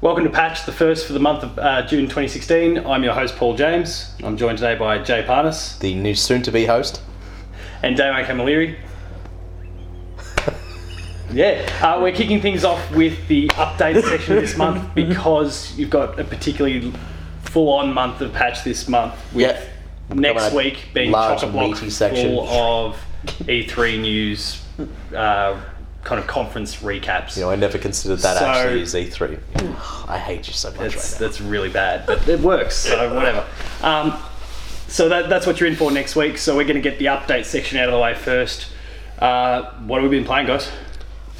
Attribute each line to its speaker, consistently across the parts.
Speaker 1: Welcome to Patch, the first for the month of uh, June 2016. I'm your host, Paul James. I'm joined today by Jay Parnas
Speaker 2: the new soon to be host.
Speaker 1: and Damo Camilleri. yeah, uh, we're kicking things off with the update section this month because you've got a particularly full on month of Patch this month. With
Speaker 2: Yeah.
Speaker 1: next
Speaker 2: Coming up,
Speaker 1: week being
Speaker 2: large,
Speaker 1: chock a block
Speaker 2: meaty section.
Speaker 1: full of E3 news, uh, kind of conference recaps.
Speaker 2: You know, I never considered that
Speaker 1: So-
Speaker 2: actually is E3. I hate you so much
Speaker 1: That's
Speaker 2: right
Speaker 1: that's really bad, but it works. So whatever. Um, so that, that's what you're in for next week. So we're going to get the update section out of the way first. Uh, what have we been playing, guys?
Speaker 2: now.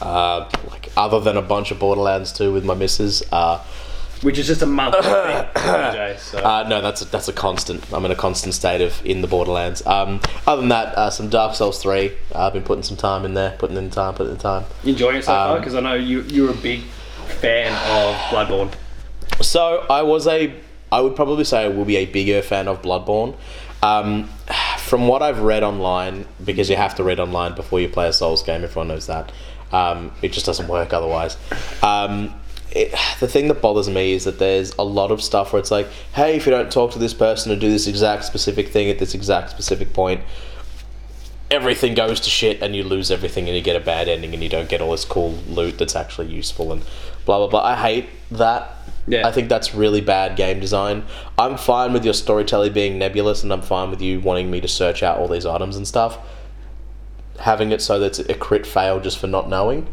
Speaker 2: Uh, like, other than a bunch of Borderlands 2 with my missus, uh,
Speaker 1: Which is just a month. I think, Jay, so.
Speaker 2: uh, no, that's a, that's a constant. I'm in a constant state of in the Borderlands. Um, other than that, uh, some Dark Souls 3. Uh, I've been putting some time in there, putting in time, putting in time.
Speaker 1: You enjoying it so far?
Speaker 2: um,
Speaker 1: Because I know you you're a big fan of Bloodborne.
Speaker 2: So I was a, I would probably say I will be a bigger fan of Bloodborne. Um, from what I've read online, because you have to read online before you play a Souls game, everyone knows that. Um, it just doesn't work otherwise. Um, it, the thing that bothers me is that there's a lot of stuff where it's like, hey, if you don't talk to this person or do this exact specific thing at this exact specific point, everything goes to shit and you lose everything and you get a bad ending and you don't get all this cool loot that's actually useful and blah blah blah. I hate that.
Speaker 1: Yeah.
Speaker 2: I think that's really bad game design. I'm fine with your storytelling being nebulous and I'm fine with you wanting me to search out all these items and stuff. Having it so that it's a crit fail just for not knowing.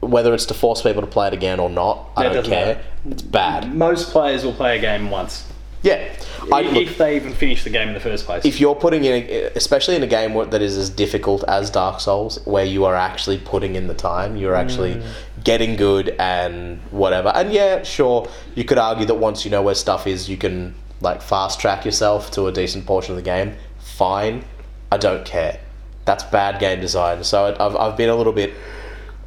Speaker 2: Whether it's to force people to play it again or not,
Speaker 1: Yeah, it
Speaker 2: I don't
Speaker 1: doesn't
Speaker 2: care.
Speaker 1: matter. Mm-hmm.
Speaker 2: It's bad.
Speaker 1: Most players will play a game once,
Speaker 2: Yeah. I,
Speaker 1: if,
Speaker 2: look,
Speaker 1: if they even finish the game in the first place.
Speaker 2: if you're putting in, a, especially in a game where- that is as difficult as Dark Souls, where you are actually putting in the time, you're actually getting good and whatever. And yeah, sure, you could argue that once you know where stuff is, you can like fast track yourself to a decent portion of the game. Fine, I don't care. That's bad game design. So I- I've, I've been a little bit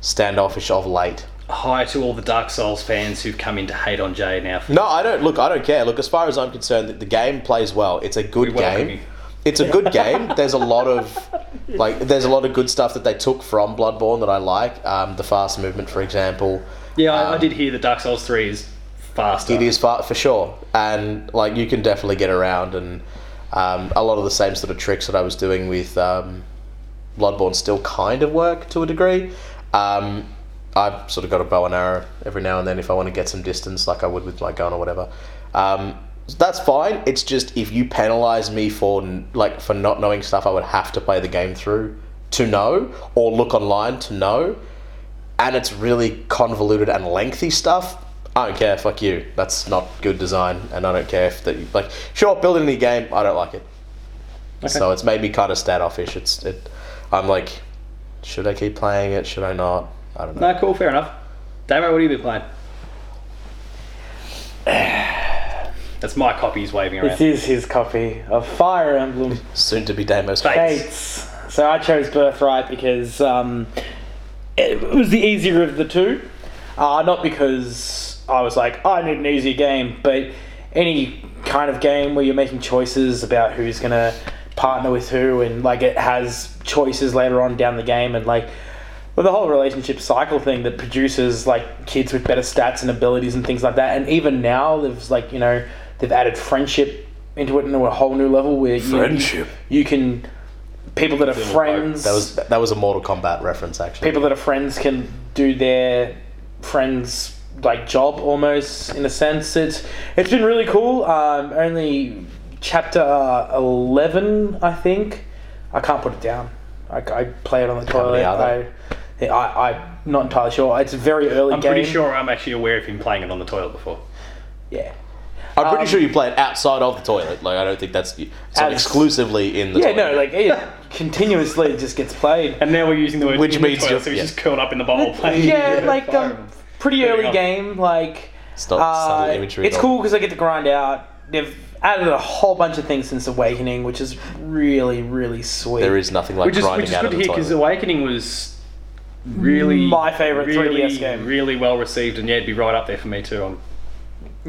Speaker 2: standoffish of late.
Speaker 1: Hi to all the Dark Souls fans who've come in to hate on Jay now. For
Speaker 2: No, I don't. Look, I don't care. Look, as far as I'm concerned, the, the game plays well. It's a good
Speaker 1: welcome
Speaker 2: game.
Speaker 1: you.
Speaker 2: It's a good game. There's a lot of like, there's a lot of good stuff that they took from Bloodborne that I like. Um, the fast movement, for example.
Speaker 1: yeah, I, I
Speaker 2: Um,
Speaker 1: did hear that Dark Souls Three is faster.
Speaker 2: It is far, for sure, and like you can definitely get around, and um, a lot of the same sort of tricks that I was doing with um, Bloodborne still kind of work to a degree. Um, I've sort of got a bow and arrow every now and then if I want to get some distance, like I would with my gun or whatever. Um, so that's fine. It's just if you penalise me for n- like for not knowing stuff, I would have to play the game through to know or look online to know and it's really convoluted and lengthy stuff. I don't care. Fuck you. That's not good design, and I don't care if that. You, like, sure, build it in the game. I don't like it. So it's made me kind of standoffish. It's it. I'm like, should I keep playing it? Should I not? I don't know.
Speaker 1: No, cool, fair enough. Damo, what have you been playing? That's my copy he's waving around.
Speaker 3: This is his copy of Fire Emblem
Speaker 2: Soon to be Deimos.
Speaker 1: Thanks.
Speaker 3: Fates. So I chose Birthright because um, it was the easier of the two. Uh, not because I was like, "Oh, I need an easier game, but any kind of game where you're making choices about who's going to partner with who and like it has choices later on down the game and like well, the whole relationship cycle thing that produces like kids with better stats and abilities and things like that. And even now, there's like you know they've added friendship into it into a whole new level where you-
Speaker 2: Friendship?
Speaker 3: You, can people that are friends.
Speaker 2: That was that was a Mortal Kombat reference, actually.
Speaker 3: people that are friends can do their friends like job almost in a sense. It's it's been really cool. Um, only chapter uh, eleven, I think. I can't put it down. I, I play it on the
Speaker 2: many
Speaker 3: toilet.
Speaker 2: are
Speaker 3: I, I, I'm not entirely sure. It's a very early
Speaker 1: I'm
Speaker 3: game.
Speaker 1: pretty sure I'm actually aware of him playing it on the toilet before.
Speaker 3: Yeah.
Speaker 2: I'm pretty
Speaker 3: um,
Speaker 2: sure you play it outside of the toilet. Like, I don't think that's it's not
Speaker 3: As-
Speaker 2: exclusively in the.
Speaker 3: Yeah,
Speaker 2: toilet.
Speaker 3: no, like it continuously just gets played.
Speaker 1: And now we're using the word
Speaker 2: Which
Speaker 1: in the
Speaker 2: means
Speaker 1: toilet,
Speaker 2: you're-
Speaker 1: so he's
Speaker 2: yeah.
Speaker 1: just curled up in the bowl playing.
Speaker 3: Yeah, like
Speaker 1: Fire
Speaker 3: um, pretty
Speaker 1: Moving
Speaker 3: early
Speaker 1: on.
Speaker 3: game. Like
Speaker 2: It's not subtle imagery at
Speaker 3: Uh, It's
Speaker 2: all.
Speaker 3: cool because I get to grind out. They've added a whole bunch of things since Awakening, which is really, really sweet.
Speaker 2: There is nothing like
Speaker 1: Which is,
Speaker 2: grinding
Speaker 1: which is
Speaker 2: out
Speaker 1: good
Speaker 2: of
Speaker 1: to
Speaker 2: the
Speaker 1: hear because
Speaker 2: toilet.
Speaker 1: Awakening was really
Speaker 3: My favourite
Speaker 1: really,
Speaker 3: 3DS game.
Speaker 1: Really well received, and yeah, it'd be right up there for me too. I'm,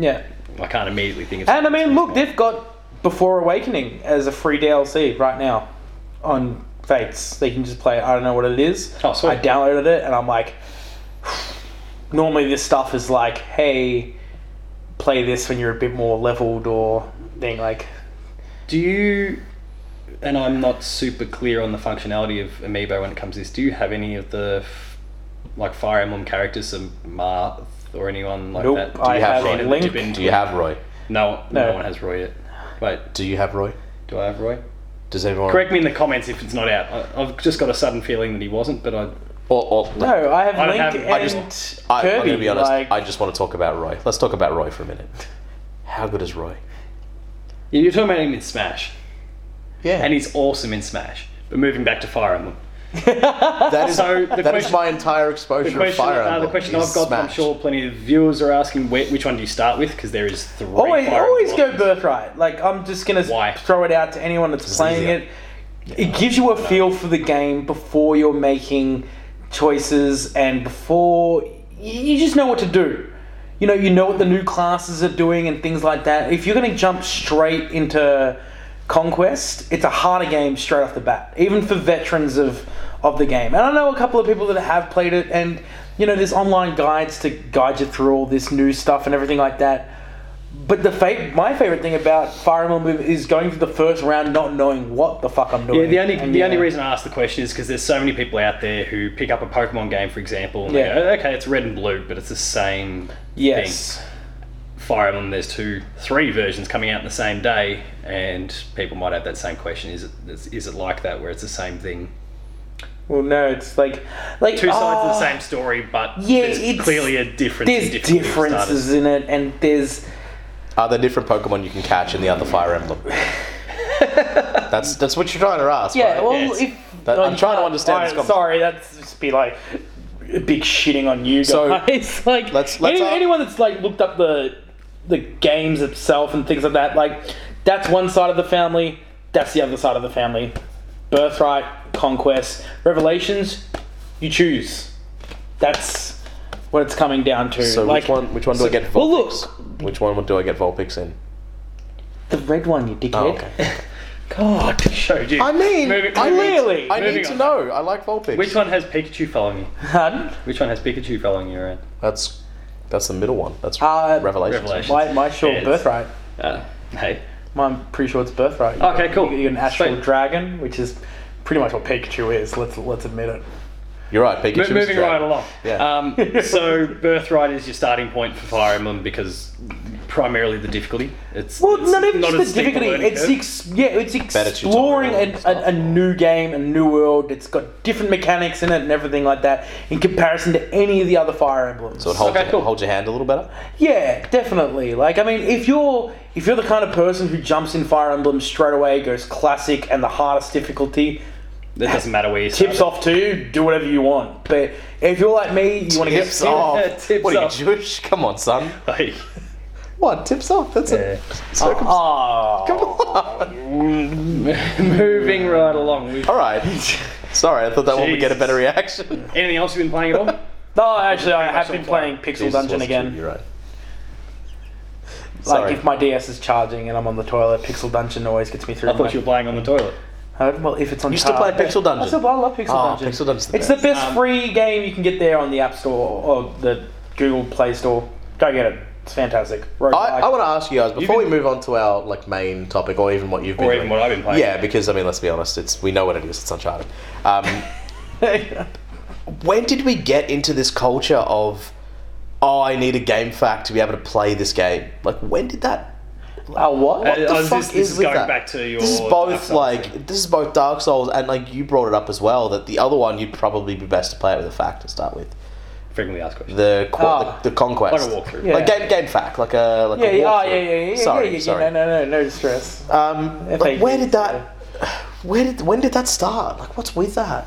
Speaker 3: yeah,
Speaker 1: I can't immediately think of.
Speaker 3: and I mean, look, they've got Before Awakening as a free DLC right now on Fates. They can just play. it. I don't know what it is.
Speaker 1: Oh, sweet.
Speaker 3: I downloaded it and I'm like, normally this stuff is like, hey, play this when you're a bit more leveled or thing like.
Speaker 1: Do you, and I'm not super clear on the functionality of Amiibo when it comes to this, do you have any of the f- like Fire Emblem characters, some Marth or anyone like
Speaker 3: Nope,
Speaker 1: that? Uh, Do
Speaker 3: I
Speaker 1: you
Speaker 2: have
Speaker 1: any
Speaker 3: Link.
Speaker 1: dip into
Speaker 2: Do you
Speaker 1: it?
Speaker 2: have Roy?
Speaker 1: No, no,
Speaker 3: No.
Speaker 1: one has Roy yet. Wait,
Speaker 2: Do you have Roy?
Speaker 1: do I have Roy?
Speaker 2: Does everyone?
Speaker 1: Correct me in the comments if it's not out. I, I've just got a sudden feeling that he wasn't, but I.
Speaker 2: Or, or,
Speaker 3: No, I have
Speaker 1: I don't
Speaker 3: Link
Speaker 1: have-
Speaker 3: and
Speaker 1: I
Speaker 2: just, I,
Speaker 3: Kirby.
Speaker 2: I'm gonna be honest.
Speaker 3: like,
Speaker 2: I just want to talk about Roy. Let's talk about Roy for a minute. How good is Roy?
Speaker 1: You're talking about him in Smash,
Speaker 2: Yeah,
Speaker 1: and he's awesome in Smash. But moving back to Fire Emblem,
Speaker 2: that is
Speaker 1: so the
Speaker 2: that is
Speaker 1: question-
Speaker 2: my entire exposure
Speaker 1: the question,
Speaker 2: of Fire
Speaker 1: uh,
Speaker 2: Emblem.
Speaker 1: the question
Speaker 2: is
Speaker 1: I've got, I'm
Speaker 2: Smash.
Speaker 1: sure plenty of viewers are asking, wh- which one do you start with? Because there is three.
Speaker 3: always,
Speaker 1: Fire
Speaker 3: Oh, always
Speaker 1: Emblem
Speaker 3: go birthright. Like I'm just gonna s-
Speaker 1: Why?
Speaker 3: throw it out to anyone that's playing
Speaker 2: easier.
Speaker 3: it. It gives you a feel for the game before you're making choices and before y- you just know what to do. You know, you know what the new classes are doing and things like that. If you're gonna jump straight into Conquest, it's a harder game straight off the bat, even for veterans of of the game. And I know a couple of people that have played it, and you know, there's online guides to guide you through all this new stuff and everything like that. But the fa- my favorite thing about Fire Emblem is going through the first round not knowing what the fuck I'm doing.
Speaker 1: Yeah, the only
Speaker 3: And,
Speaker 1: the
Speaker 3: you
Speaker 1: only
Speaker 3: know,
Speaker 1: reason I ask the question is because there's so many people out there who pick up a Pokemon game, for example, and
Speaker 3: Yeah.
Speaker 1: they go, "Okay, it's red and blue, but it's the same
Speaker 3: yes,
Speaker 1: thing." Fire Emblem, there's two, three versions coming out in the same day, and people might have that same question: Is it is, is it like that, where it's the same thing,
Speaker 3: well, no, it's like like
Speaker 1: two sides of
Speaker 3: ah,
Speaker 1: the same story, but
Speaker 3: Yeah,
Speaker 1: there's
Speaker 3: it's-
Speaker 1: clearly a difference. in
Speaker 3: There's
Speaker 1: different getting
Speaker 3: differences
Speaker 1: started.
Speaker 3: in it, and there's
Speaker 2: Are there different Pokemon you can catch in the other Fire Emblem? that's that's what you're trying to ask.
Speaker 3: yeah.
Speaker 2: right?
Speaker 3: Well,
Speaker 1: yes.
Speaker 3: if
Speaker 2: That-
Speaker 3: oh,
Speaker 2: I'm
Speaker 3: you
Speaker 2: trying to
Speaker 3: can't-
Speaker 2: understand this
Speaker 3: alright,
Speaker 2: conversation.
Speaker 3: sorry, that's just be like a big shitting on you guys.
Speaker 2: So,
Speaker 3: like
Speaker 2: let's- let's,
Speaker 3: any-
Speaker 2: uh,
Speaker 3: anyone that's like looked up the the games itself and things like that, like that's one side of the family. That's the other side of the family. Birthright, Conquest, Revelations. You choose. That's what it's coming down to.
Speaker 2: So
Speaker 3: like
Speaker 2: which one which one do I get Vulpix?
Speaker 3: well,
Speaker 2: Which one do I get Vulpix in?
Speaker 3: the red one, you
Speaker 2: Oh,
Speaker 3: dickhead.
Speaker 2: okay.
Speaker 3: God.
Speaker 1: Showed you.
Speaker 2: I mean,
Speaker 1: Moving-
Speaker 2: I need,
Speaker 3: Really?
Speaker 2: I need
Speaker 1: Moving
Speaker 2: to
Speaker 1: on.
Speaker 2: know. I like Vulpix.
Speaker 1: Which one has Pikachu following you?
Speaker 3: Pardon?
Speaker 1: Which one has Pikachu following you around?
Speaker 2: That's that's the middle one. That's
Speaker 3: Uh,
Speaker 2: Revelations.
Speaker 1: Revelations.
Speaker 3: My my sure
Speaker 1: Yeah, it's-
Speaker 3: birthright.
Speaker 1: Uh, hey,
Speaker 3: I'm pretty sure it's birthright. You
Speaker 1: Okay,
Speaker 3: got-
Speaker 1: cool.
Speaker 3: You got an astral
Speaker 1: Sweet.
Speaker 3: dragon, which is pretty much what Pikachu is. Let's let's admit it.
Speaker 2: You're right. Pikachu.
Speaker 1: Mo-
Speaker 2: is
Speaker 1: moving
Speaker 2: dragon.
Speaker 1: right along.
Speaker 2: Yeah.
Speaker 1: Um, so birthright is your starting point for Fire Emblem because primarily the difficulty. It's
Speaker 3: Well,
Speaker 1: it's
Speaker 3: not even
Speaker 1: as
Speaker 3: just the
Speaker 1: steep a
Speaker 3: difficulty.
Speaker 1: learning
Speaker 3: It's
Speaker 1: curve.
Speaker 3: ex- yeah, it's exploring
Speaker 2: tutorial
Speaker 3: an,
Speaker 2: and stuff.
Speaker 3: a, a new game, a new world. It's got different mechanics in it and everything like that. In comparison to any of the other Fire Emblems.
Speaker 2: So it holds,
Speaker 1: Okay,
Speaker 2: your,
Speaker 1: cool.
Speaker 2: holds your hand a little better.
Speaker 3: Yeah, definitely. Like, I mean, if you're if you're the kind of person who jumps in Fire Emblem straight away, goes classic and the hardest difficulty,
Speaker 1: it doesn't matter where you
Speaker 3: tips
Speaker 1: start.
Speaker 3: off to you, do whatever you want. But if you're like me, you want to get
Speaker 2: Tips off.
Speaker 1: Tips
Speaker 2: what are you
Speaker 1: off.
Speaker 2: Jewish? Come on, son.
Speaker 1: Like,
Speaker 2: What tips off? That's
Speaker 1: Yeah.
Speaker 2: a circum-
Speaker 3: Oh,
Speaker 1: moving right along. We've-
Speaker 2: All right. Sorry, I thought that one would get a better reaction.
Speaker 1: Anything else you've been playing at all?
Speaker 3: No, actually, I
Speaker 1: much
Speaker 3: have been
Speaker 1: all the
Speaker 3: playing Pixel
Speaker 2: Jesus
Speaker 3: Dungeon
Speaker 2: was
Speaker 3: again.
Speaker 2: cute, You're right.
Speaker 3: like,
Speaker 2: Sorry.
Speaker 3: if my DS is charging and I'm on the toilet, Pixel Dungeon always gets me through.
Speaker 1: I thought
Speaker 3: my-
Speaker 1: you were playing on the toilet.
Speaker 3: Uh, well, if it's on
Speaker 2: You still play Pixel Dungeon?
Speaker 3: I, still, I love Pixel
Speaker 2: Ah,
Speaker 3: Dungeon.
Speaker 2: Pixel Dungeon's the
Speaker 3: it's
Speaker 2: best.
Speaker 3: the best
Speaker 1: Um,
Speaker 3: free game you can get there on the App Store or the Google Play Store. Go get it. It's fantastic. Roguelike.
Speaker 2: I, I want to ask you guys before
Speaker 1: been-
Speaker 2: we move on to our like main topic, or even what you've been,
Speaker 1: Or even
Speaker 2: doing.
Speaker 1: what I've been playing.
Speaker 2: Yeah, because I mean, let's be honest, it's we know what it is. It's Uncharted. Um, when did we get into this culture of oh, I need a game fact to be able to play this game? Like, when did that?
Speaker 3: Uh, what?
Speaker 2: What
Speaker 1: Uh,
Speaker 2: the
Speaker 1: oh, this-
Speaker 2: fuck
Speaker 1: this
Speaker 2: is
Speaker 1: is
Speaker 2: with
Speaker 1: going
Speaker 2: that?
Speaker 1: back to your
Speaker 2: This is
Speaker 1: Dark
Speaker 2: both
Speaker 1: Souls
Speaker 2: like
Speaker 1: thing.
Speaker 2: this is both Dark Souls and like you brought it up as well that the other one you'd probably be best to play it with a fact to start with
Speaker 1: Frequently asked questions.
Speaker 2: the qu-
Speaker 3: Ah.
Speaker 2: the, the conquest
Speaker 1: Like a walkthrough.
Speaker 2: like
Speaker 3: Yeah.
Speaker 2: game game fact like a like
Speaker 3: Yeah,
Speaker 2: a
Speaker 3: yeah, oh,
Speaker 2: walkthrough.
Speaker 3: yeah, yeah, yeah,
Speaker 2: sorry
Speaker 3: yeah, yeah,
Speaker 2: sorry
Speaker 3: No, no, no, no stress.
Speaker 2: um
Speaker 3: If
Speaker 2: like,
Speaker 3: I-
Speaker 2: where did that where did when did that start like what's with that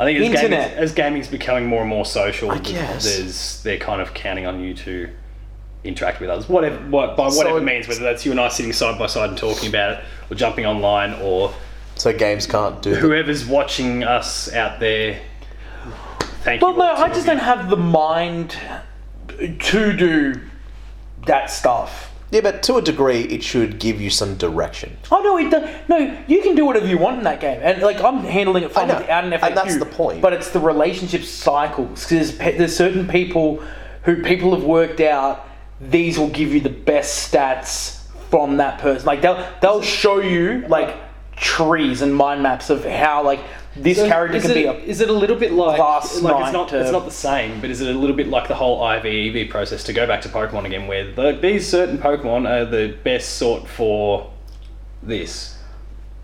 Speaker 1: I think as
Speaker 3: Internet.
Speaker 1: gaming's, as gaming's becoming more and more social, th-
Speaker 2: guess.
Speaker 1: there's they're kind of counting on you to interact with others, whatever what, by
Speaker 2: So
Speaker 1: whatever
Speaker 2: it-
Speaker 1: means, whether that's you and I sitting side by side and talking about it, or jumping online, or
Speaker 2: so games can't do that.
Speaker 1: whoever's watching us out there. Thank
Speaker 3: Well,
Speaker 1: you.
Speaker 3: no,
Speaker 1: all
Speaker 3: I
Speaker 1: to
Speaker 3: just
Speaker 1: you.
Speaker 3: don't have the mind to do that stuff.
Speaker 2: Yeah, but to a degree, it should give you some direction.
Speaker 3: Oh no, it do- no. You can do whatever you want in that game, and like I'm handling it fine
Speaker 2: I know,
Speaker 3: without an
Speaker 2: and
Speaker 3: FAQ.
Speaker 2: that's the point.
Speaker 3: But it's the relationship cycles because there's, pe- there's certain people who people have worked out these will give you the best stats from that person. Like they'll they'll show you like trees and mind maps of how like this character
Speaker 1: is
Speaker 3: can
Speaker 1: it,
Speaker 3: be a
Speaker 1: is it a little bit like,
Speaker 3: class
Speaker 1: like
Speaker 3: knight
Speaker 1: it's not
Speaker 3: to-
Speaker 1: it's not the same, but is it a little bit like the whole IVEV process to go back to Pokemon again, where the, these certain Pokemon are the best sort for this?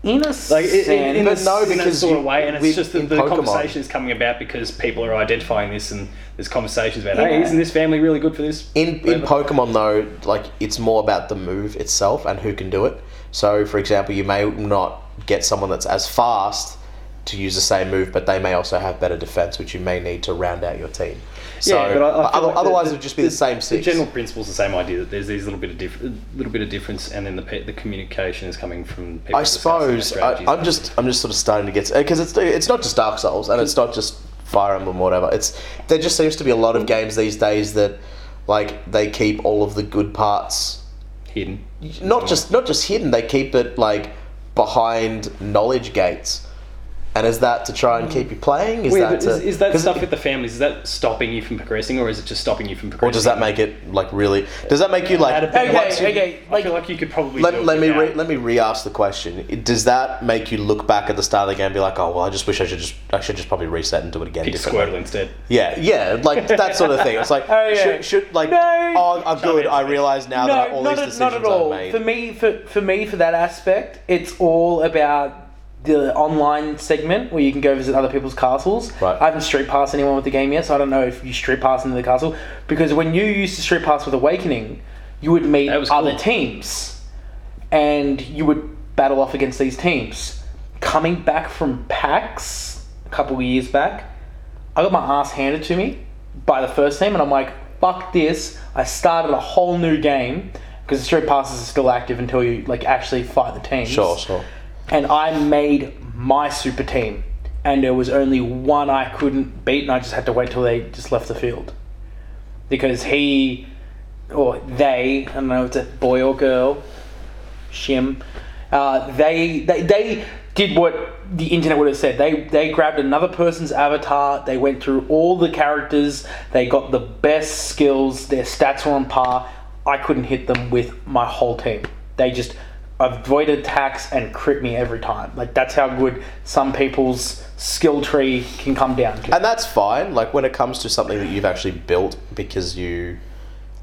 Speaker 3: in a
Speaker 1: Like it,
Speaker 3: sense-
Speaker 1: in, in
Speaker 2: But
Speaker 1: a,
Speaker 2: no,
Speaker 1: in a
Speaker 2: because
Speaker 1: sort of
Speaker 2: you-
Speaker 1: way, and it's
Speaker 2: with-
Speaker 1: just that
Speaker 2: in
Speaker 1: the
Speaker 2: Pokemon-
Speaker 1: conversation is coming about because people are identifying this, and there's conversations about,
Speaker 3: Yeah.
Speaker 1: hey, isn't this family really good for this?
Speaker 2: In in
Speaker 1: Whatever.
Speaker 2: Pokemon though, like it's more about the move itself and who can do it. So, for example, you may not get someone that's as fast to use the same move, but they may also have better defense, which you may need to round out your team. So,
Speaker 1: but I- I feel
Speaker 2: other-
Speaker 1: like the-
Speaker 2: otherwise
Speaker 1: the-
Speaker 2: it would just be the, same
Speaker 1: The
Speaker 2: six.
Speaker 1: general principle's the same idea that there's these little bit of diff- little bit of difference, and then the pe- the communication is coming from. People
Speaker 2: I suppose I, I'm just I'm just sort of starting to get because it's it's not just Dark Souls and it's not just Fire Emblem or whatever. It's there just seems to be a lot of games these days that like they keep all of the good parts
Speaker 1: hidden.
Speaker 2: not just not just hidden. They keep it like behind knowledge gates. And is that to try and keep you playing? Is
Speaker 1: Wait,
Speaker 2: that
Speaker 1: but
Speaker 2: to,
Speaker 1: is, is that
Speaker 2: 'cause
Speaker 1: stuff with the families? Is that stopping you from progressing, or is it just stopping you from progressing?
Speaker 2: Or does that make it like really? Does that make you like?
Speaker 1: Add a bit of
Speaker 2: once you-
Speaker 3: okay, okay,
Speaker 1: I
Speaker 3: like
Speaker 1: feel like you could probably. do
Speaker 2: Let,
Speaker 1: it
Speaker 2: let me
Speaker 1: without-
Speaker 2: re, let me re-ask the question. It- Does that make you look back at the start of the game and be like, oh well, I just wish I should just I should just probably reset and do it again
Speaker 1: pick
Speaker 2: differently?
Speaker 1: Squirtle instead.
Speaker 2: Yeah, yeah, like that sort of thing. It's like
Speaker 3: Oh, yeah.
Speaker 2: should, should like
Speaker 3: No.
Speaker 2: oh I'm good. I realize now that all these
Speaker 3: at-
Speaker 2: decisions I've made.
Speaker 3: For me, for, for me, for that aspect, it's all about the online segment where you can go visit other people's castles.
Speaker 2: Right.
Speaker 3: I haven't street passed anyone with the game yet, so I don't know if you street pass into the castle because when you used to street pass with Awakening, you would meet
Speaker 1: That was
Speaker 3: other
Speaker 1: cool.
Speaker 3: teams, and you would battle off against these teams. Coming back from PAX a couple of years back, I got my ass handed to me by the first team, and I'm like, fuck this. I started a whole new game because the street passes are still active until you like actually fight the teams.
Speaker 2: sure, sure.
Speaker 3: And I made my super team, and there was only one I couldn't beat, and I just had to wait till they just left the field because he or they, I don't know if it's a boy or girl, shim, uh, they, they they did what the internet would have said. They they grabbed another person's avatar. They went through all the characters. They got the best skills. Their stats were on par. I couldn't hit them with my whole team. They just avoided attacks and crit me every time. Like that's how good some people's skill tree can come down to.
Speaker 2: and that's fine. Like when it comes to something that you've actually built because you,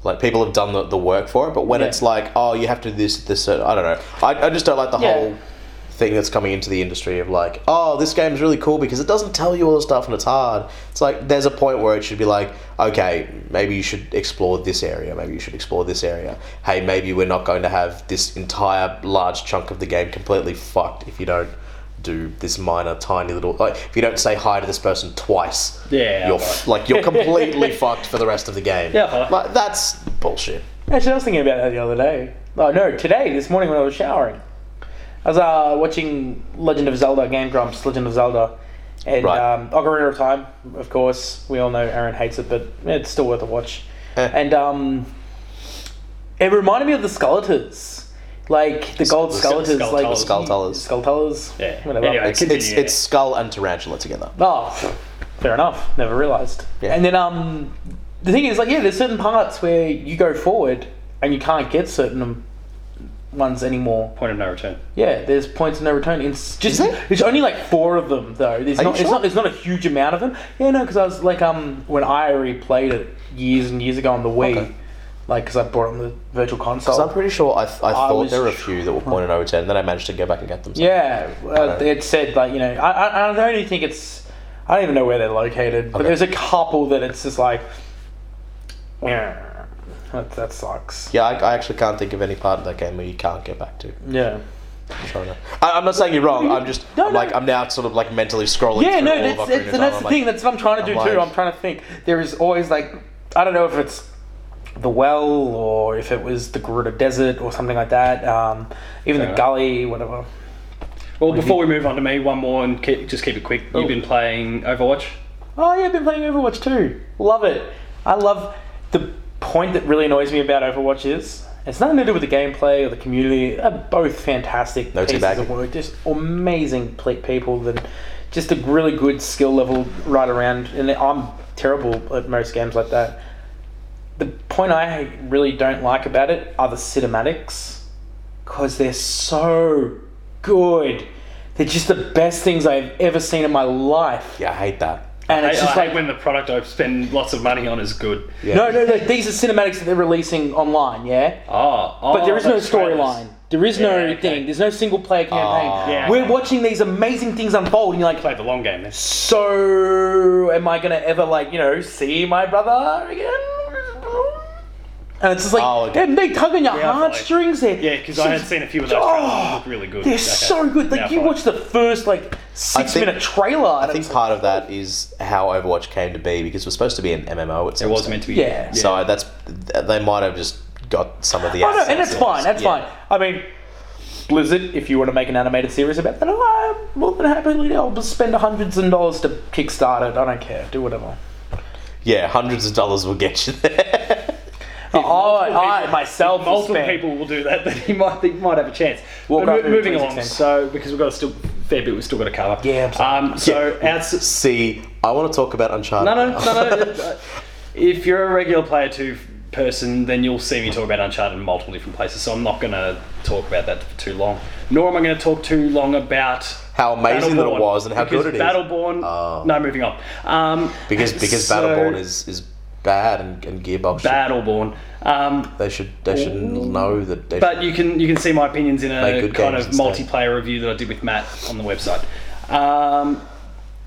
Speaker 2: like people have done the, the work for it. But when
Speaker 3: Yeah.
Speaker 2: it's like, oh, you have to do this this, uh, I don't know. I, I just don't like the
Speaker 3: Yeah.
Speaker 2: whole thing that's coming into the industry of like, oh, this game's really cool because it doesn't tell you all the stuff and it's hard. It's like there's a point where it should be like, okay, maybe you should explore this area. Maybe you should explore this area. Hey, maybe we're not going to have this entire large chunk of the game completely fucked if you don't do this minor tiny little like if you don't say hi to this person twice
Speaker 1: Yeah,
Speaker 2: you're
Speaker 1: right.
Speaker 2: f- like you're completely fucked for the rest of the game
Speaker 1: Yeah.
Speaker 2: like that's bullshit
Speaker 3: Actually, I was thinking about that the other day. Oh no, today, this morning when I was showering, I was uh, watching Legend of Zelda, Game Grumps, Legend of Zelda, and
Speaker 2: Right.
Speaker 3: um, Ocarina of Time. Of course, we all know Aaron hates it, but it's still worth a watch.
Speaker 2: Eh.
Speaker 3: and um, it reminded me of the Skeletors, like the gold
Speaker 2: Skull-
Speaker 3: Skeletors, like
Speaker 1: Skull-
Speaker 2: Skulltullers.
Speaker 3: Skulltullers,
Speaker 1: Yeah.
Speaker 3: whatever.
Speaker 1: Anyway.
Speaker 2: It's, it's,
Speaker 1: Continue.
Speaker 2: it's skull and tarantula together.
Speaker 3: Oh, fair enough. Never realised.
Speaker 2: Yeah.
Speaker 3: And then um, the thing is, like, yeah, there's certain parts where you go forward and you can't get certain um, ones anymore.
Speaker 1: Point of no return.
Speaker 3: Yeah, there's points of no return. It's
Speaker 2: Is
Speaker 3: just
Speaker 2: there?
Speaker 3: there's only like four of them though. There's
Speaker 2: Are you
Speaker 3: not, it's
Speaker 2: sure?
Speaker 3: not there's not a huge amount of them. Yeah, no, because I was like um when I replayed it years and years ago on the Wii,
Speaker 2: Okay.
Speaker 3: like because I bought it on the Virtual Console.
Speaker 2: Because I'm pretty sure I, th- I thought
Speaker 3: was
Speaker 2: there were a few that were pointed over 10, then I managed to go back and get them.
Speaker 3: Yeah, uh,
Speaker 2: Okay.
Speaker 3: it said like you know I, I I don't really think it's I don't even know where they're located, but
Speaker 2: Okay.
Speaker 3: there's a couple that it's just like, yeah, that, that sucks.
Speaker 2: Yeah, I, I actually can't think of any part of that game where you can't get back to.
Speaker 3: Yeah.
Speaker 2: I'm trying to- I, I'm not saying you're wrong. I'm just
Speaker 3: No,
Speaker 2: I'm
Speaker 3: no.
Speaker 2: like I'm now sort of like mentally scrolling.
Speaker 3: Yeah,
Speaker 2: through
Speaker 3: no,
Speaker 2: all
Speaker 3: that's,
Speaker 2: of Ocarina
Speaker 3: that's,
Speaker 2: of
Speaker 3: and
Speaker 2: Time.
Speaker 3: that's the
Speaker 2: I'm
Speaker 3: thing.
Speaker 2: like,
Speaker 3: That's what I'm trying to do
Speaker 2: I'm
Speaker 3: too.
Speaker 2: like-
Speaker 3: I'm trying to think. There is always like, I don't know if it's the well or if it was the Garuda Desert or something like that. Um, even
Speaker 1: Fair.
Speaker 3: the gully, whatever.
Speaker 1: Well, before we move on to me, one more and keep, just keep it quick. You've been playing Overwatch.
Speaker 3: Oh yeah, I've been playing Overwatch too. Love it. I love the point that really annoys me about Overwatch is It's nothing to do with the gameplay or the community. They're both fantastic
Speaker 2: No
Speaker 3: pieces
Speaker 2: teabagging.
Speaker 3: of work. Just amazing ple- people. That just a really good skill level right around. And I'm terrible at most games like that. The point I really don't like about it are the cinematics, because they're so good. They're just the best things I've ever seen in my life.
Speaker 2: Yeah, I hate that.
Speaker 3: And
Speaker 1: I,
Speaker 3: it's just
Speaker 1: I
Speaker 3: like
Speaker 1: hate when the product I spend lots of money on is good.
Speaker 2: Yeah.
Speaker 3: no, no, no. These are cinematics that they're releasing online. Yeah.
Speaker 1: Oh, oh,
Speaker 3: But there is no
Speaker 1: those trailers.
Speaker 3: storyline. There is no
Speaker 1: Yeah, okay. Oh.
Speaker 3: thing. There's no single player campaign.
Speaker 1: Yeah,
Speaker 3: We're
Speaker 1: okay.
Speaker 3: watching these amazing things unfold, and you're like,
Speaker 1: Play the long game. Then.
Speaker 3: so am I gonna ever like you know see my brother again? And it's just like
Speaker 2: Oh, okay.
Speaker 3: they, they tug on your
Speaker 1: I follow.
Speaker 3: heartstrings there.
Speaker 1: Yeah, because I had seen a few of those
Speaker 3: Oh,
Speaker 1: trailers. that look really good.
Speaker 3: They're
Speaker 1: Okay.
Speaker 3: so good.
Speaker 1: Now I
Speaker 3: Like you
Speaker 1: follow.
Speaker 3: watch the first like
Speaker 2: I
Speaker 3: six
Speaker 2: think-
Speaker 3: minute trailer.
Speaker 2: I think part of that is how Overwatch came to be because it was supposed to be an MMO. At
Speaker 1: It
Speaker 2: some
Speaker 1: was
Speaker 2: stage.
Speaker 1: meant to be.
Speaker 3: Yeah.
Speaker 2: So I- that's th- they might have just got some of the.
Speaker 3: Oh no, and
Speaker 2: assets
Speaker 3: that's fine. That's
Speaker 2: yeah.
Speaker 3: fine. I mean, Blizzard, if you want to make an animated series about that, I'm more than happily. I'll just spend hundreds of dollars to kickstart it. I don't care. Do whatever.
Speaker 2: Yeah, hundreds of dollars will get you there.
Speaker 3: Oh, I,
Speaker 1: people-
Speaker 3: myself
Speaker 1: if
Speaker 3: will
Speaker 1: multiple
Speaker 3: spend.
Speaker 1: people will do that, then he might he might have a chance.
Speaker 3: We'll
Speaker 1: But
Speaker 3: go
Speaker 1: mo-
Speaker 3: through
Speaker 1: moving
Speaker 3: to
Speaker 1: along,
Speaker 3: 16.
Speaker 1: so because we've got a still fair bit, we've still got to cover.
Speaker 3: Yeah, I'm sorry.
Speaker 1: Um. So outs-
Speaker 2: See, I want to talk about Uncharted.
Speaker 1: no, no,
Speaker 2: now.
Speaker 1: no, no. uh, if you're a regular player two person, then you'll see me talk about Uncharted in multiple different places. So I'm not going to talk about that for too long. Nor am I going to talk too long about
Speaker 2: How amazing that it was and how
Speaker 1: because
Speaker 2: good it is.
Speaker 1: Battleborn.
Speaker 2: Oh.
Speaker 1: No, moving on. Um,
Speaker 2: because because
Speaker 1: so-
Speaker 2: Battleborn is is bad and, and Gearbox. should-
Speaker 1: Battleborn. Um,
Speaker 2: they should they should know that. They
Speaker 1: But you can you can see my opinions in
Speaker 2: Make
Speaker 1: a
Speaker 2: good
Speaker 1: kind
Speaker 2: games
Speaker 1: of
Speaker 2: instead.
Speaker 1: multiplayer review that I did with Matt on the website. Um,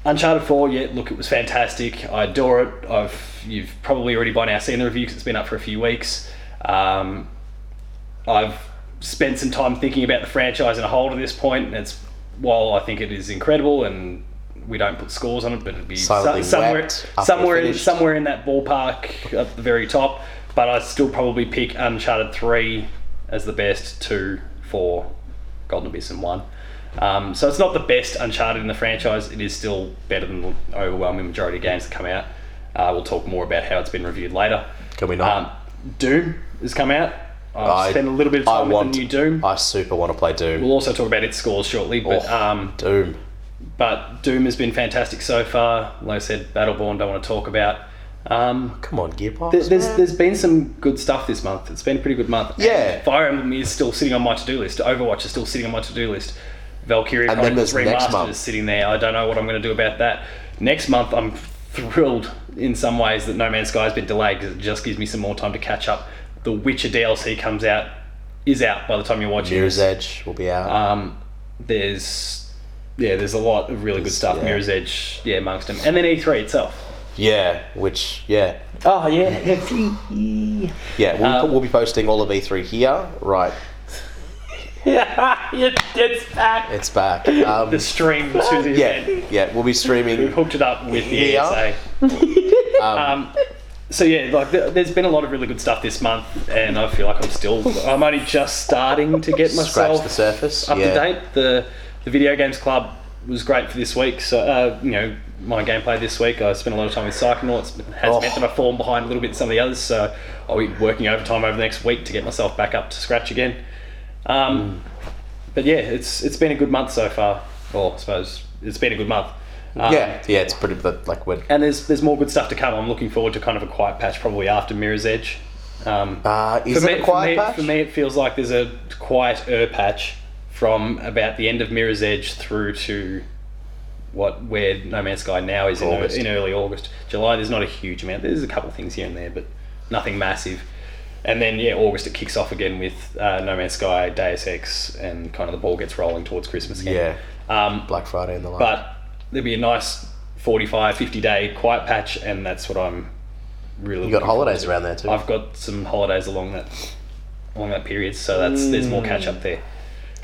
Speaker 1: Uncharted Four, yeah, look, it was fantastic. I adore it. I've you've probably already by now seen the review 'cause it's been up for a few weeks. Um, I've spent some time thinking about the franchise in a whole to this point, and it's while I think it is incredible, and we don't put scores on it, but it'd be
Speaker 2: Silently
Speaker 1: somewhere
Speaker 2: wept after
Speaker 1: somewhere in,
Speaker 2: finished.
Speaker 1: somewhere in that ballpark at the very top. But I still probably pick Uncharted three as the best, two, four, Golden Abyss, and one. Um, so it's not the best Uncharted in the franchise. It is still better than the overwhelming majority of games that come out. Uh, we'll talk more about how it's been reviewed later.
Speaker 2: can we
Speaker 1: Um,
Speaker 2: not?
Speaker 1: Doom has come out. I've
Speaker 2: I-
Speaker 1: spent a little bit of
Speaker 2: I
Speaker 1: time with
Speaker 2: want
Speaker 1: the new Doom.
Speaker 2: I super want to play Doom.
Speaker 1: we'll also talk about its scores shortly, but
Speaker 2: Oh,
Speaker 1: um,
Speaker 2: Doom.
Speaker 1: but Doom has been fantastic so far. Like I said, Battleborn don't want to talk about. Um,
Speaker 2: Come on, Gearbox.
Speaker 1: there- there's
Speaker 2: man.
Speaker 1: there's been some good stuff this month. It's been a pretty good month. And
Speaker 2: Yeah.
Speaker 1: Fire Emblem is still sitting on my to do list. Overwatch is still sitting on my to do list. Valkyria
Speaker 2: And then
Speaker 1: Chronicles
Speaker 2: there's next
Speaker 1: Remastered
Speaker 2: month.
Speaker 1: is sitting there. I don't know what I'm going to do about that. Next month, I'm thrilled in some ways that No Man's Sky has been delayed because it just gives me some more time to catch up. The Witcher DLC comes out, is out by the time you're watching.
Speaker 2: Mirror's Edge will be out.
Speaker 1: Um, there's yeah, there's a lot of really good stuff.
Speaker 2: yeah.
Speaker 1: Mirror's Edge, yeah, amongst them, and then E3 itself.
Speaker 2: yeah, which yeah,
Speaker 3: Oh yeah.
Speaker 2: yeah. We'll,
Speaker 1: Um,
Speaker 2: we'll be posting all of E3 here. Right,
Speaker 3: yeah, it, it's back.
Speaker 2: it's back. Um,
Speaker 1: The stream to the
Speaker 2: yeah,
Speaker 1: event.
Speaker 2: yeah. We'll be
Speaker 1: We've
Speaker 2: streaming.
Speaker 1: hooked it up with the
Speaker 2: Yeah.
Speaker 1: ESA. Um, so yeah, like th- there's been a lot of really good stuff this month, and I feel like I'm still, I'm only just starting to get
Speaker 2: Scratch
Speaker 1: myself
Speaker 2: the surface.
Speaker 1: up
Speaker 2: yeah.
Speaker 1: to date. The the video games club was great for this week. So uh, you know my gameplay this week. I spent a lot of time with Psychonauts. It has
Speaker 2: Oh.
Speaker 1: meant that I've fallen behind a little bit in some of the others. So I'll be working overtime over the next week to get myself back up to scratch again. Um,
Speaker 2: Hmm.
Speaker 1: But yeah, it's it's been a good month so far. Or I suppose it's been a good month. Um,
Speaker 2: Yeah, yeah. It's pretty but, like when.
Speaker 1: And there's there's more good stuff to come. I'm looking forward to kind of a quiet patch probably after Mirror's Edge. Um,
Speaker 2: Uh, is
Speaker 1: for
Speaker 2: it
Speaker 1: me,
Speaker 2: a quiet
Speaker 1: for me,
Speaker 2: patch?
Speaker 1: For me, it feels like there's a quiet er patch from about the end of Mirror's Edge through to what where No Man's Sky now is in, ear-
Speaker 2: August.
Speaker 1: in early August, July. There's not a huge amount. There's a couple of things here and there, but nothing massive. And then yeah, August it kicks off again with uh, No Man's Sky, Deus Ex, and kind of the ball gets rolling towards Christmas again. Yeah. Um,
Speaker 2: Black Friday and the like.
Speaker 1: but there'd be a nice 45, 50 day quiet patch, and that's what I'm really.
Speaker 2: you got
Speaker 1: looking forward
Speaker 2: holidays
Speaker 1: to.
Speaker 2: around there too.
Speaker 1: I've got some holidays along that along that period, so that's there's more catch up there.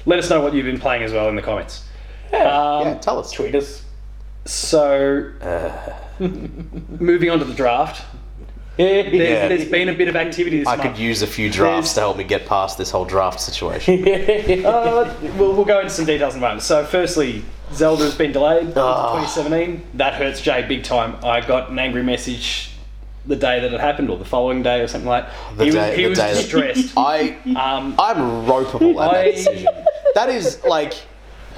Speaker 1: Let us know what you've been playing as well in the comments. Um,
Speaker 2: yeah, tell us.
Speaker 3: Tweet us.
Speaker 1: So,
Speaker 2: Uh.
Speaker 1: moving on to the draft, there's,
Speaker 2: Yeah.
Speaker 1: there's been a bit of activity this
Speaker 2: I
Speaker 1: month.
Speaker 2: could use a few drafts to help me get past this whole draft situation.
Speaker 1: Uh, we'll, we'll go into some details in a moment. So, firstly, Zelda has been delayed to
Speaker 2: Ah.
Speaker 1: 2017. That hurts Jay big time. I got an angry message the day that it happened or the following day or something like
Speaker 2: The
Speaker 1: he
Speaker 2: day-
Speaker 1: was, he
Speaker 2: the
Speaker 1: was
Speaker 2: day that-
Speaker 1: distressed
Speaker 2: I
Speaker 1: um,
Speaker 2: I'm ropeable at that
Speaker 1: I-
Speaker 2: decision. That is like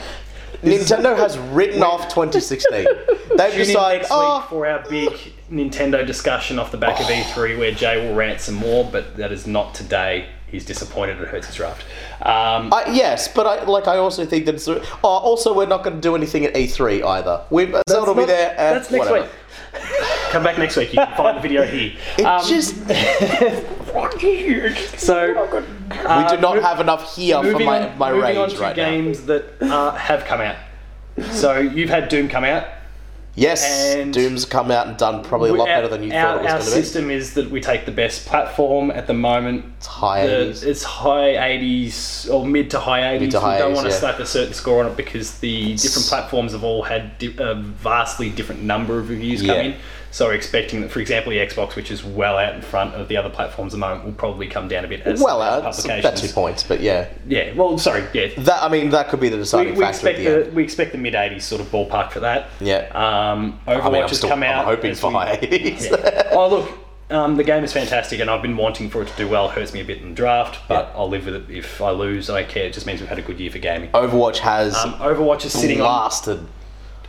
Speaker 2: Nintendo has written off 2016. They've
Speaker 1: Tune in
Speaker 2: decided,
Speaker 1: next week
Speaker 2: oh,
Speaker 1: for our big Nintendo discussion off the back of E3, where Jay will rant some more, but that is not today. He's disappointed. It hurts his raft. Um,
Speaker 2: I, yes, but I like. I also think that. It's, oh, also, we're not going to do anything at E3 either. We Zelda will be
Speaker 1: not-
Speaker 2: there. And
Speaker 1: that's next
Speaker 2: whatever.
Speaker 1: week. Come back next week. You can find the video here.
Speaker 2: It
Speaker 1: Um,
Speaker 2: just
Speaker 1: so
Speaker 2: we do not have enough here for
Speaker 1: uh, moving
Speaker 2: my
Speaker 1: on,
Speaker 2: my
Speaker 1: moving on
Speaker 2: range
Speaker 1: to
Speaker 2: right now.
Speaker 1: games that uh, have come out. So you've had Doom come out.
Speaker 2: Yes,
Speaker 1: and-
Speaker 2: Doom's come out and done probably a lot
Speaker 1: Our-
Speaker 2: better than you
Speaker 1: our,
Speaker 2: thought it
Speaker 1: Our
Speaker 2: was going to be.
Speaker 1: system is that we take the best platform at the moment.
Speaker 2: It's high
Speaker 1: the-
Speaker 2: 80s.
Speaker 1: it's high 80s or mid to high 80s.
Speaker 2: to high
Speaker 1: we don't
Speaker 2: 80s,
Speaker 1: want to
Speaker 2: yeah.
Speaker 1: slap a certain score on it because the different platforms have all had di- a vastly different number of reviews
Speaker 2: Yeah.
Speaker 1: come in. So we're expecting that, for example, the Xbox, which is well out in front of the other platforms at the moment, will probably come down a bit as
Speaker 2: Well,
Speaker 1: uh,
Speaker 2: uh, that's,
Speaker 1: publications.
Speaker 2: that's two points, but yeah,
Speaker 1: Yeah. Well, sorry. Yeah.
Speaker 2: that I mean that could be the
Speaker 1: We,
Speaker 2: deciding
Speaker 1: we
Speaker 2: factor at
Speaker 1: expect
Speaker 2: the end.
Speaker 1: the, we expect the mid 80s sort of ballpark for that.
Speaker 2: Yeah.
Speaker 1: Um, Overwatch
Speaker 2: I mean, I'm
Speaker 1: has
Speaker 2: still
Speaker 1: come out.
Speaker 2: I'm hoping
Speaker 1: as
Speaker 2: for
Speaker 1: we-
Speaker 2: high 80s.
Speaker 1: yeah. oh look, um, the game is fantastic, and I've been wanting for it to do well. Hurts me a bit in the draft, but
Speaker 2: Yeah.
Speaker 1: I'll live with it. If I lose, I don't care. It just means we've had a good year for gaming.
Speaker 2: Overwatch has
Speaker 1: Um, Overwatch is sitting on.
Speaker 2: lasted.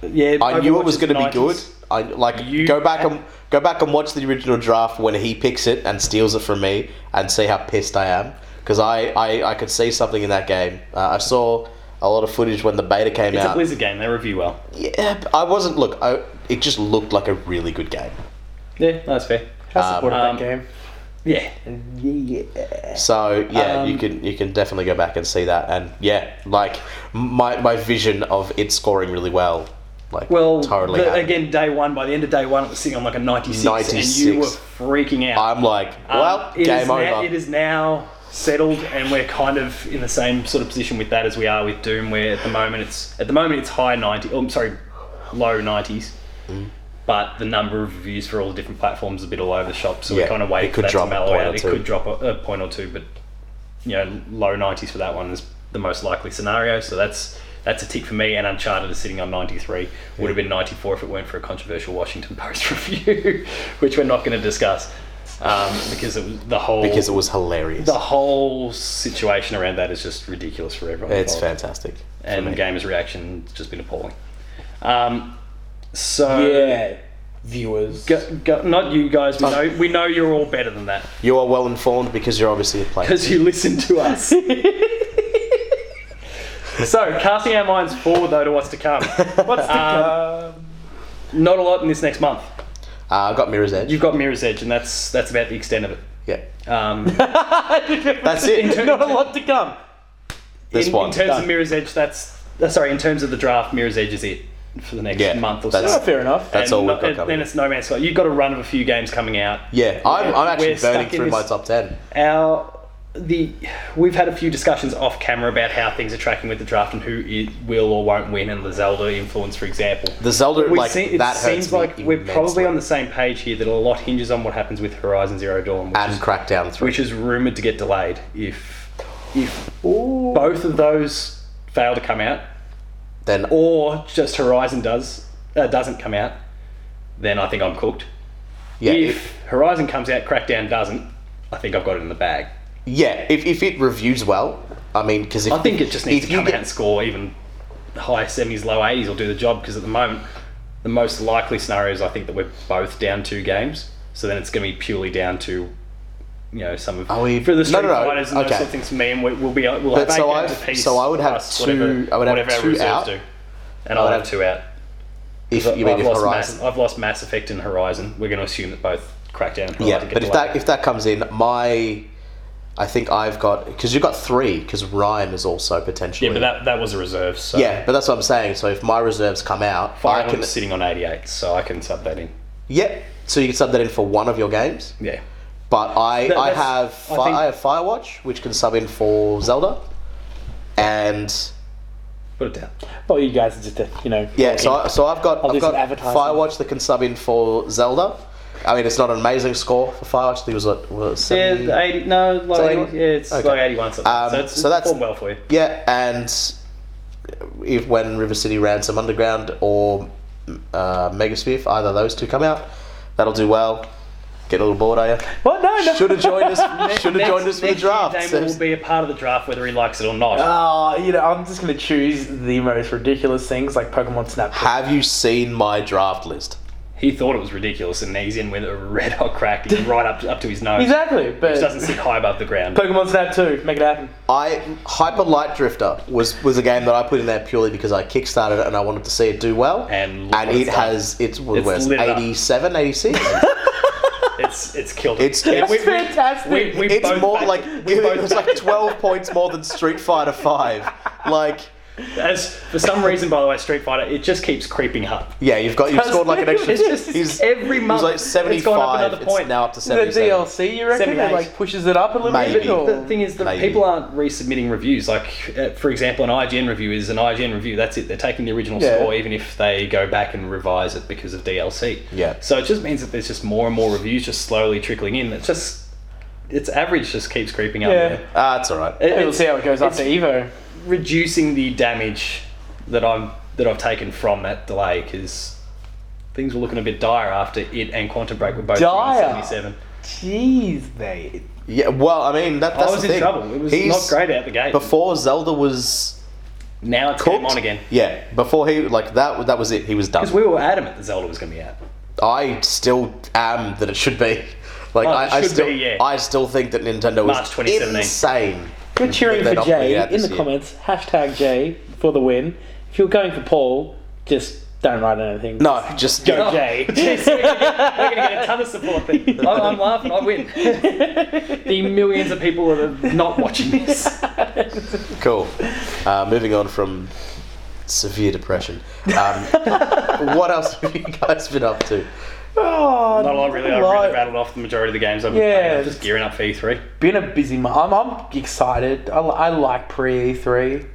Speaker 1: Yeah,
Speaker 2: I knew it
Speaker 1: Overwatch
Speaker 2: was
Speaker 1: is
Speaker 2: going to be
Speaker 1: 90s.
Speaker 2: good. I like
Speaker 1: You-
Speaker 2: go back and go back and watch the original draft when he picks it and steals it from me, and see how pissed I am because I, I I could see something in that game. Uh, I saw a lot of footage when the beta came
Speaker 1: It's a
Speaker 2: out.
Speaker 1: Blizzard game. They review well.
Speaker 2: Yeah, but I wasn't. Look, I, it just looked like a really good game.
Speaker 1: Yeah, that's fair.
Speaker 3: I supported
Speaker 1: um,
Speaker 3: that game.
Speaker 1: Yeah,
Speaker 2: So yeah, you
Speaker 1: Um,
Speaker 2: can you can definitely go back and see that, and yeah, like my my vision of it scoring really well, like
Speaker 1: well,
Speaker 2: totally
Speaker 1: the-
Speaker 2: happened.
Speaker 1: again, day one. By the end of day one, it was sitting on like a ninety-six, and you were
Speaker 2: 96.
Speaker 1: freaking out.
Speaker 2: I'm like,
Speaker 1: Um,
Speaker 2: well,
Speaker 1: it is
Speaker 2: game
Speaker 1: now-
Speaker 2: over.
Speaker 1: it is now settled, and we're kind of in the same sort of position with that as we are with Doom, where at the moment it's at the moment it's high ninety. Oh, I'm sorry, low nineties.
Speaker 2: Mm.
Speaker 1: But the number of reviews for all the different platforms is a bit all over the shop, so
Speaker 2: Yeah,
Speaker 1: we're kind of waiting
Speaker 2: it
Speaker 1: for
Speaker 2: could
Speaker 1: that to
Speaker 2: drop a
Speaker 1: mellow
Speaker 2: point or
Speaker 1: out. It
Speaker 2: two.
Speaker 1: could drop a, a point or two, but you know, low nineties for that one is the most likely scenario. So that's that's a tick for me. And Uncharted is sitting on ninety three. Would have been ninety four if it weren't for a controversial Washington Post review, which we're not going to discuss um, because it was the whole
Speaker 2: because it was hilarious.
Speaker 1: the whole situation around that is just ridiculous for everyone.
Speaker 2: It's
Speaker 1: involved.
Speaker 2: fantastic. for
Speaker 1: and
Speaker 2: me.
Speaker 1: gamers' reaction has just been appalling. Um, so
Speaker 3: Yeah, viewers.
Speaker 1: Go, go, not you guys. We know, we know you're all better than that
Speaker 2: you are well informed because you're obviously a player.
Speaker 1: because you listen to us. so, casting our minds forward though to what's to come.
Speaker 3: What's the um,
Speaker 1: Not a lot in this next month.
Speaker 2: Uh, I got Mirror's Edge.
Speaker 1: You've got Mirror's Edge, and that's that's about the extent of it.
Speaker 2: yeah,
Speaker 1: Um,
Speaker 2: that's it.
Speaker 3: Not a lot to come.
Speaker 2: this
Speaker 1: in,
Speaker 2: one.
Speaker 1: in terms
Speaker 3: Done.
Speaker 1: of Mirror's Edge, that's uh, sorry. In terms of the draft, Mirror's Edge is it for the next
Speaker 2: Yeah,
Speaker 1: month or
Speaker 2: that's-
Speaker 1: so.
Speaker 3: Oh, fair enough.
Speaker 2: That's all
Speaker 1: And
Speaker 2: we've
Speaker 1: no-
Speaker 2: got
Speaker 1: and
Speaker 2: coming.
Speaker 1: Then it's No Man's Sky. You've got a run of a few games coming out.
Speaker 2: yeah, I'm, I'm actually
Speaker 1: We're stuck
Speaker 2: burning
Speaker 1: in
Speaker 2: through my
Speaker 1: this-
Speaker 2: top ten.
Speaker 1: Our the we've had a few discussions off camera about how things are tracking with the draft and who it will or won't win, and the Zelda influence, for example.
Speaker 2: The Zelda
Speaker 1: We
Speaker 2: like
Speaker 1: see- it
Speaker 2: that
Speaker 1: seems
Speaker 2: hurts
Speaker 1: like
Speaker 2: me
Speaker 1: we're probably
Speaker 2: immensely.
Speaker 1: on the same page here that a lot hinges on what happens with Horizon Zero Dawn, which,
Speaker 2: and
Speaker 1: is,
Speaker 2: Crackdown three.
Speaker 1: which is rumored to get delayed if if both of those fail to come out,
Speaker 2: Then
Speaker 1: or just Horizon does uh, doesn't come out, then I think I'm cooked.
Speaker 2: yeah,
Speaker 1: if
Speaker 2: if,
Speaker 1: Horizon comes out, Crackdown doesn't, I think I've got it in the bag.
Speaker 2: yeah, if, if it reviews well, I mean, because
Speaker 1: I think it just needs
Speaker 2: if
Speaker 1: to
Speaker 2: you
Speaker 1: come
Speaker 2: get-
Speaker 1: out and score even high 70s, low 80s will do the job because at the moment, the most likely scenario is I think that we're both down two games. So then it's going to be purely down to, you know, some of
Speaker 2: Are we-
Speaker 1: for
Speaker 2: no,
Speaker 1: the Street
Speaker 2: no, no,
Speaker 1: Fighters and those
Speaker 2: okay.
Speaker 1: sort of things for me, and we, we'll be we'll have
Speaker 2: But
Speaker 1: eight
Speaker 2: so
Speaker 1: games
Speaker 2: I've-
Speaker 1: apiece.
Speaker 2: so I would have
Speaker 1: plus
Speaker 2: two- I would have
Speaker 1: whatever our
Speaker 2: two
Speaker 1: reserves
Speaker 2: out.
Speaker 1: do. and I'll
Speaker 2: would
Speaker 1: have
Speaker 2: have-
Speaker 1: two out.
Speaker 2: if you mean
Speaker 1: I've
Speaker 2: if
Speaker 1: lost,
Speaker 2: Horizon,
Speaker 1: Mass, I've lost Mass Effect and Horizon. We're going to assume that both Crackdown. And Horizon
Speaker 2: yeah,
Speaker 1: get
Speaker 2: but if
Speaker 1: delayed.
Speaker 2: that if that comes in, my I think I've got because you've got three because Rhyme is also potentially
Speaker 1: yeah, but that that was a reserve. So
Speaker 2: Yeah, but that's what I'm saying. So if my reserves come out,
Speaker 1: Fire
Speaker 2: I
Speaker 1: Emblem
Speaker 2: can
Speaker 1: is sitting on 88, so I can sub that in.
Speaker 2: yeah. So you can sub that in for one of your games,
Speaker 1: Yeah.
Speaker 2: but I
Speaker 1: That-
Speaker 2: I
Speaker 1: that's-
Speaker 2: have
Speaker 1: I
Speaker 2: fi- I,
Speaker 1: think-
Speaker 2: have Firewatch, which can sub in for Zelda, and
Speaker 1: Put it down.
Speaker 3: Well, you guys are just, uh, you know.
Speaker 2: yeah. So I, so I've got
Speaker 3: I'll do
Speaker 2: I've
Speaker 3: some
Speaker 2: got
Speaker 3: advertising.
Speaker 2: Firewatch that can sub in for Zelda. I mean, it's not an amazing score for Firewatch. I think it was what, what 70?
Speaker 1: Yeah, 80, no, like,
Speaker 2: that 81?
Speaker 1: yeah, it's
Speaker 2: Okay.
Speaker 1: like 81 something.
Speaker 2: Um,
Speaker 1: so it's
Speaker 2: so that's-
Speaker 1: performed well for you.
Speaker 2: Yeah, and if when River City Ransom Underground or uh, Megasphere, if either of those two come out, that'll do well. Get a little bored, are you?
Speaker 3: Well, no, no.
Speaker 2: Should have joined us. Should have joined us for the draft. Uh,
Speaker 1: Next year, Damon will
Speaker 2: Sebs.
Speaker 1: be a part of the draft whether he likes it or not.
Speaker 3: Ah, you know, I'm just gonna choose the most ridiculous things like Pokemon Snap.
Speaker 2: Have you seen my draft list?
Speaker 1: he thought it was ridiculous, and he's in with a red hot crack he's right up up to his nose.
Speaker 3: Exactly, but
Speaker 1: Which doesn't sit high above the ground.
Speaker 3: Pokemon Snap 2, make it happen.
Speaker 2: I Hyper Light Drifter was was a game that I put in there purely because I kickstarted it and I wanted to see it do well.
Speaker 1: And look
Speaker 2: and
Speaker 1: what
Speaker 2: it
Speaker 1: it's done.
Speaker 2: has it's, what
Speaker 1: It's
Speaker 2: was it,
Speaker 1: lit up.
Speaker 2: 87, 86?
Speaker 1: It's it's killed.
Speaker 2: It's-
Speaker 1: Yeah,
Speaker 2: it's
Speaker 1: we- we-
Speaker 3: fantastic.
Speaker 1: We, we
Speaker 2: it's
Speaker 1: both
Speaker 2: more
Speaker 1: backed-
Speaker 2: like
Speaker 1: we
Speaker 2: it
Speaker 1: both
Speaker 2: was like
Speaker 1: backed-
Speaker 2: 12 points more than Street Fighter 5. Like
Speaker 1: As for some reason, by the way, Street Fighter it just keeps creeping up.
Speaker 2: yeah, you've got you've scored like an extra
Speaker 3: It's just-
Speaker 2: he's-
Speaker 1: every
Speaker 2: he
Speaker 1: month,
Speaker 2: was like
Speaker 1: it's gone up
Speaker 2: 75.
Speaker 1: another point.
Speaker 2: It's now up to
Speaker 3: The
Speaker 2: 77.
Speaker 3: DLC, you reckon? It
Speaker 1: 78.
Speaker 3: like pushes it up a little
Speaker 2: Maybe.
Speaker 3: bit? Or?
Speaker 1: The thing is that
Speaker 2: Maybe.
Speaker 1: people aren't resubmitting reviews. Like, uh, for example, an IGN review is an IGN review. That's it. They're taking the original
Speaker 3: Yeah.
Speaker 1: score, even if they go back and revise it because of DLC.
Speaker 2: Yeah.
Speaker 1: So it just means that there's just more and more reviews just slowly trickling in. It's just its average just keeps creeping up.
Speaker 3: Yeah.
Speaker 1: there.
Speaker 2: Ah, it's all right.
Speaker 1: It-
Speaker 3: We'll
Speaker 1: it's
Speaker 3: see how it goes after Evo.
Speaker 1: reducing the damage that I'm that I've taken from that delay because things were looking a bit dire after it and Quantum Break were both
Speaker 3: Dire?
Speaker 1: seventy-seven.
Speaker 3: Jeez, mate.
Speaker 2: Yeah, well, I mean, that, that's
Speaker 1: I was
Speaker 2: the
Speaker 1: in
Speaker 2: thing.
Speaker 1: trouble. It was
Speaker 2: He's-
Speaker 1: not great out the gate.
Speaker 2: Before Zelda was
Speaker 1: now it's
Speaker 2: cooked,
Speaker 1: came on again.
Speaker 2: Yeah, before he like that that was it. He was done.
Speaker 1: Because we were adamant that Zelda was going to be out.
Speaker 2: I still am that it should be. Like
Speaker 1: Oh, it
Speaker 2: I, I
Speaker 1: should
Speaker 2: still,
Speaker 1: be, yeah.
Speaker 2: I still think that Nintendo
Speaker 1: March
Speaker 2: was
Speaker 1: 2017.
Speaker 2: insane.
Speaker 3: You're cheering
Speaker 2: They're
Speaker 3: for
Speaker 2: not really
Speaker 3: Jay
Speaker 2: out
Speaker 3: in
Speaker 2: this
Speaker 3: the
Speaker 2: year.
Speaker 3: comments. Hashtag Jay for the win. If you're going for Paul, just don't write anything.
Speaker 2: No, just
Speaker 3: Go Jay.
Speaker 1: We're going to get a ton of support. Then. I'm, I'm laughing. I win. the millions of people that are not watching this.
Speaker 2: cool. Uh, moving on from severe depression. Um, what else have you guys been up to?
Speaker 3: Oh,
Speaker 1: Not a lot, really. I
Speaker 3: right.
Speaker 1: really rattled off the majority of the games. I've been
Speaker 3: Yeah.
Speaker 1: playing. I'm just gearing up for E E3.
Speaker 3: Been a busy month. I'm, I'm excited. I, li- I like pre E3.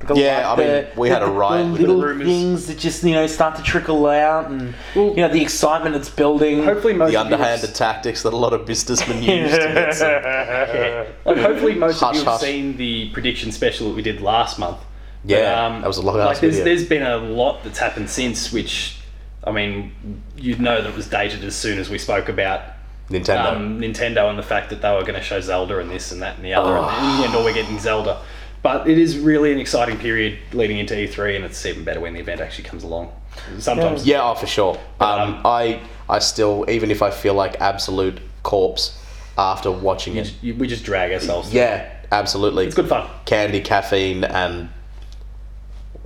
Speaker 3: Like, I
Speaker 2: Yeah, I mean, we had a riot
Speaker 3: The
Speaker 2: with
Speaker 3: little
Speaker 1: the rumours.
Speaker 3: things that just you know start to trickle out, and you know the excitement it's building.
Speaker 1: Hopefully, most
Speaker 2: The
Speaker 1: of you have-
Speaker 2: underhanded tactics that a lot of businessmen use to get some
Speaker 1: Yeah. uh, Like, hopefully, most
Speaker 2: Hush,
Speaker 1: of you have
Speaker 2: hush.
Speaker 1: seen the prediction special that we did last month. But, um,
Speaker 2: Yeah, that was a long
Speaker 1: like,
Speaker 2: ass
Speaker 1: there's,
Speaker 2: video.
Speaker 1: there's been a lot that's happened since, which, I mean, you'd know that it was dated as soon as we spoke about
Speaker 2: Nintendo.
Speaker 1: um, Nintendo and the fact that they were going to show Zelda and this and that and the other, and
Speaker 2: Oh.
Speaker 1: in the end, all we're getting is Zelda. But it is really an exciting period leading into E3, and it's even better when the event actually comes along. Sometimes
Speaker 2: Yeah, oh, for sure. Um,
Speaker 1: um,
Speaker 2: I I still, even if I feel like absolute corpse after watching it.
Speaker 1: you- we just drag ourselves. through.
Speaker 2: Yeah, absolutely.
Speaker 1: It's good fun.
Speaker 2: Candy, caffeine, and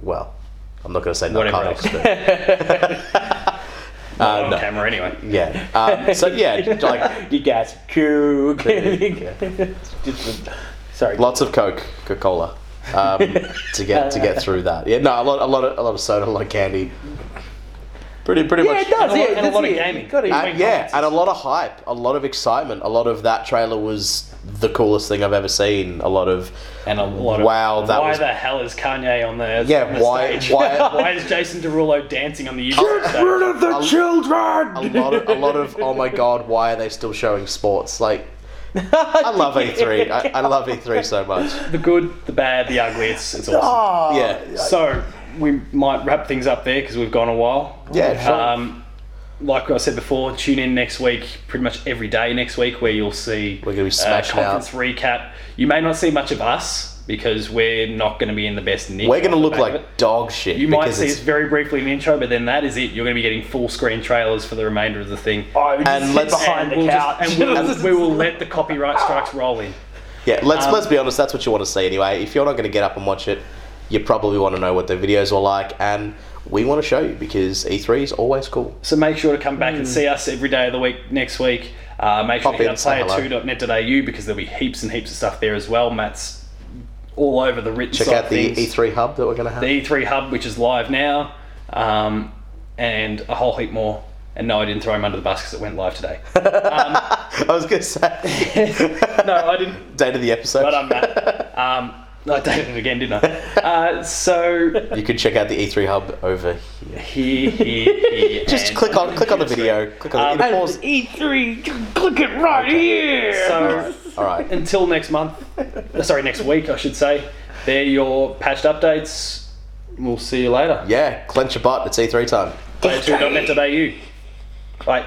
Speaker 2: well, I'm not going to say
Speaker 1: Whatever
Speaker 2: narcotics.
Speaker 1: else.
Speaker 2: But,
Speaker 1: Not on
Speaker 2: Uh, no.
Speaker 1: camera, anyway.
Speaker 2: yeah. Um, so yeah, like
Speaker 3: you guys, cool.
Speaker 2: Yeah.
Speaker 3: Just- Sorry.
Speaker 2: lots of Coke, Coca Cola, um, to get to get through that. Yeah, no, a lot, a lot of a lot of soda, a lot of candy. Pretty, pretty
Speaker 3: Yeah,
Speaker 2: much.
Speaker 3: it
Speaker 1: And
Speaker 3: does.
Speaker 1: a
Speaker 3: yeah,
Speaker 1: lot- and a
Speaker 3: that's
Speaker 1: lot of
Speaker 3: it.
Speaker 1: gaming.
Speaker 3: Got it.
Speaker 1: And-
Speaker 2: And, Uh, yeah, and a lot of hype, a lot of excitement, a lot of that trailer was the coolest thing I've ever seen. A lot of
Speaker 1: And a lot of
Speaker 2: Wow, that
Speaker 1: why
Speaker 2: was-
Speaker 1: the hell is Kanye on the
Speaker 2: Yeah,
Speaker 1: on the
Speaker 2: why-
Speaker 1: stage?
Speaker 2: why-
Speaker 1: why is Jason Derulo dancing on the YouTube stage?
Speaker 3: of the
Speaker 2: a-
Speaker 3: children.
Speaker 2: a lot of, a lot of oh my god, why are they still showing sports? Like, I love E3. I, I love E3 so much.
Speaker 1: The good, the bad, the ugly. It's it's awesome.
Speaker 3: Oh,
Speaker 2: Yeah,
Speaker 1: So we might wrap things up there because we've gone a while.
Speaker 2: yeah, sure.
Speaker 1: Um, like I said before, tune in next week, pretty much every day next week, where you'll see
Speaker 2: We're gonna be smashing
Speaker 1: uh, conference recap. You may not see much of us because we're not going to be in the best nick.
Speaker 2: We're gonna
Speaker 1: off the
Speaker 2: look
Speaker 1: back of it.
Speaker 2: like dog shit.
Speaker 1: You might
Speaker 2: because
Speaker 1: see us
Speaker 2: it's-
Speaker 1: very briefly in the intro, but then that is it. You're going to be getting full screen trailers for the remainder of the thing.
Speaker 2: And let's-
Speaker 3: behind
Speaker 1: we'll
Speaker 3: the
Speaker 1: just-
Speaker 3: couch.
Speaker 1: and we'll, we will let the copyright strikes roll in.
Speaker 2: Yeah, let's
Speaker 1: Um,
Speaker 2: let's be honest. That's what you want to see anyway. If you're not gonna get up and watch it, you probably want to know what the videos were like, and we want to show you because E3 is always cool.
Speaker 1: So make sure to come back and see us every day of the week next week. Uh, make sure
Speaker 2: Pop
Speaker 1: to
Speaker 2: in,
Speaker 1: hit up
Speaker 2: say hello.
Speaker 1: player2.net.au because there'll be heaps and heaps of stuff there as well. Matt's all over the rich
Speaker 2: Check
Speaker 1: side
Speaker 2: out
Speaker 1: of
Speaker 2: the E
Speaker 1: things.
Speaker 2: E3 hub that we're gonna have.
Speaker 1: the E3 hub, which is live now, um, and a whole heap more. And no, I didn't throw him under the bus because it went live today.
Speaker 2: I was gonna say
Speaker 1: no, I didn't.
Speaker 2: date of the episode.
Speaker 1: But I'm Matt. Um, I dated it again, didn't I? Uh, so
Speaker 2: you can check out the E3 hub over here.
Speaker 1: here, here, here.
Speaker 2: Just
Speaker 1: and-
Speaker 2: click on click on the video. Click on
Speaker 1: Um,
Speaker 2: the
Speaker 3: And
Speaker 2: it'll pause.
Speaker 3: E3, E click it right here.
Speaker 1: So
Speaker 2: All right.
Speaker 1: until next month, Uh, sorry, next week, I should say. They're your patched updates. We'll see you later.
Speaker 2: E Yeah, clench your butt. It's E3 time.
Speaker 1: Player2.net.au. Bye.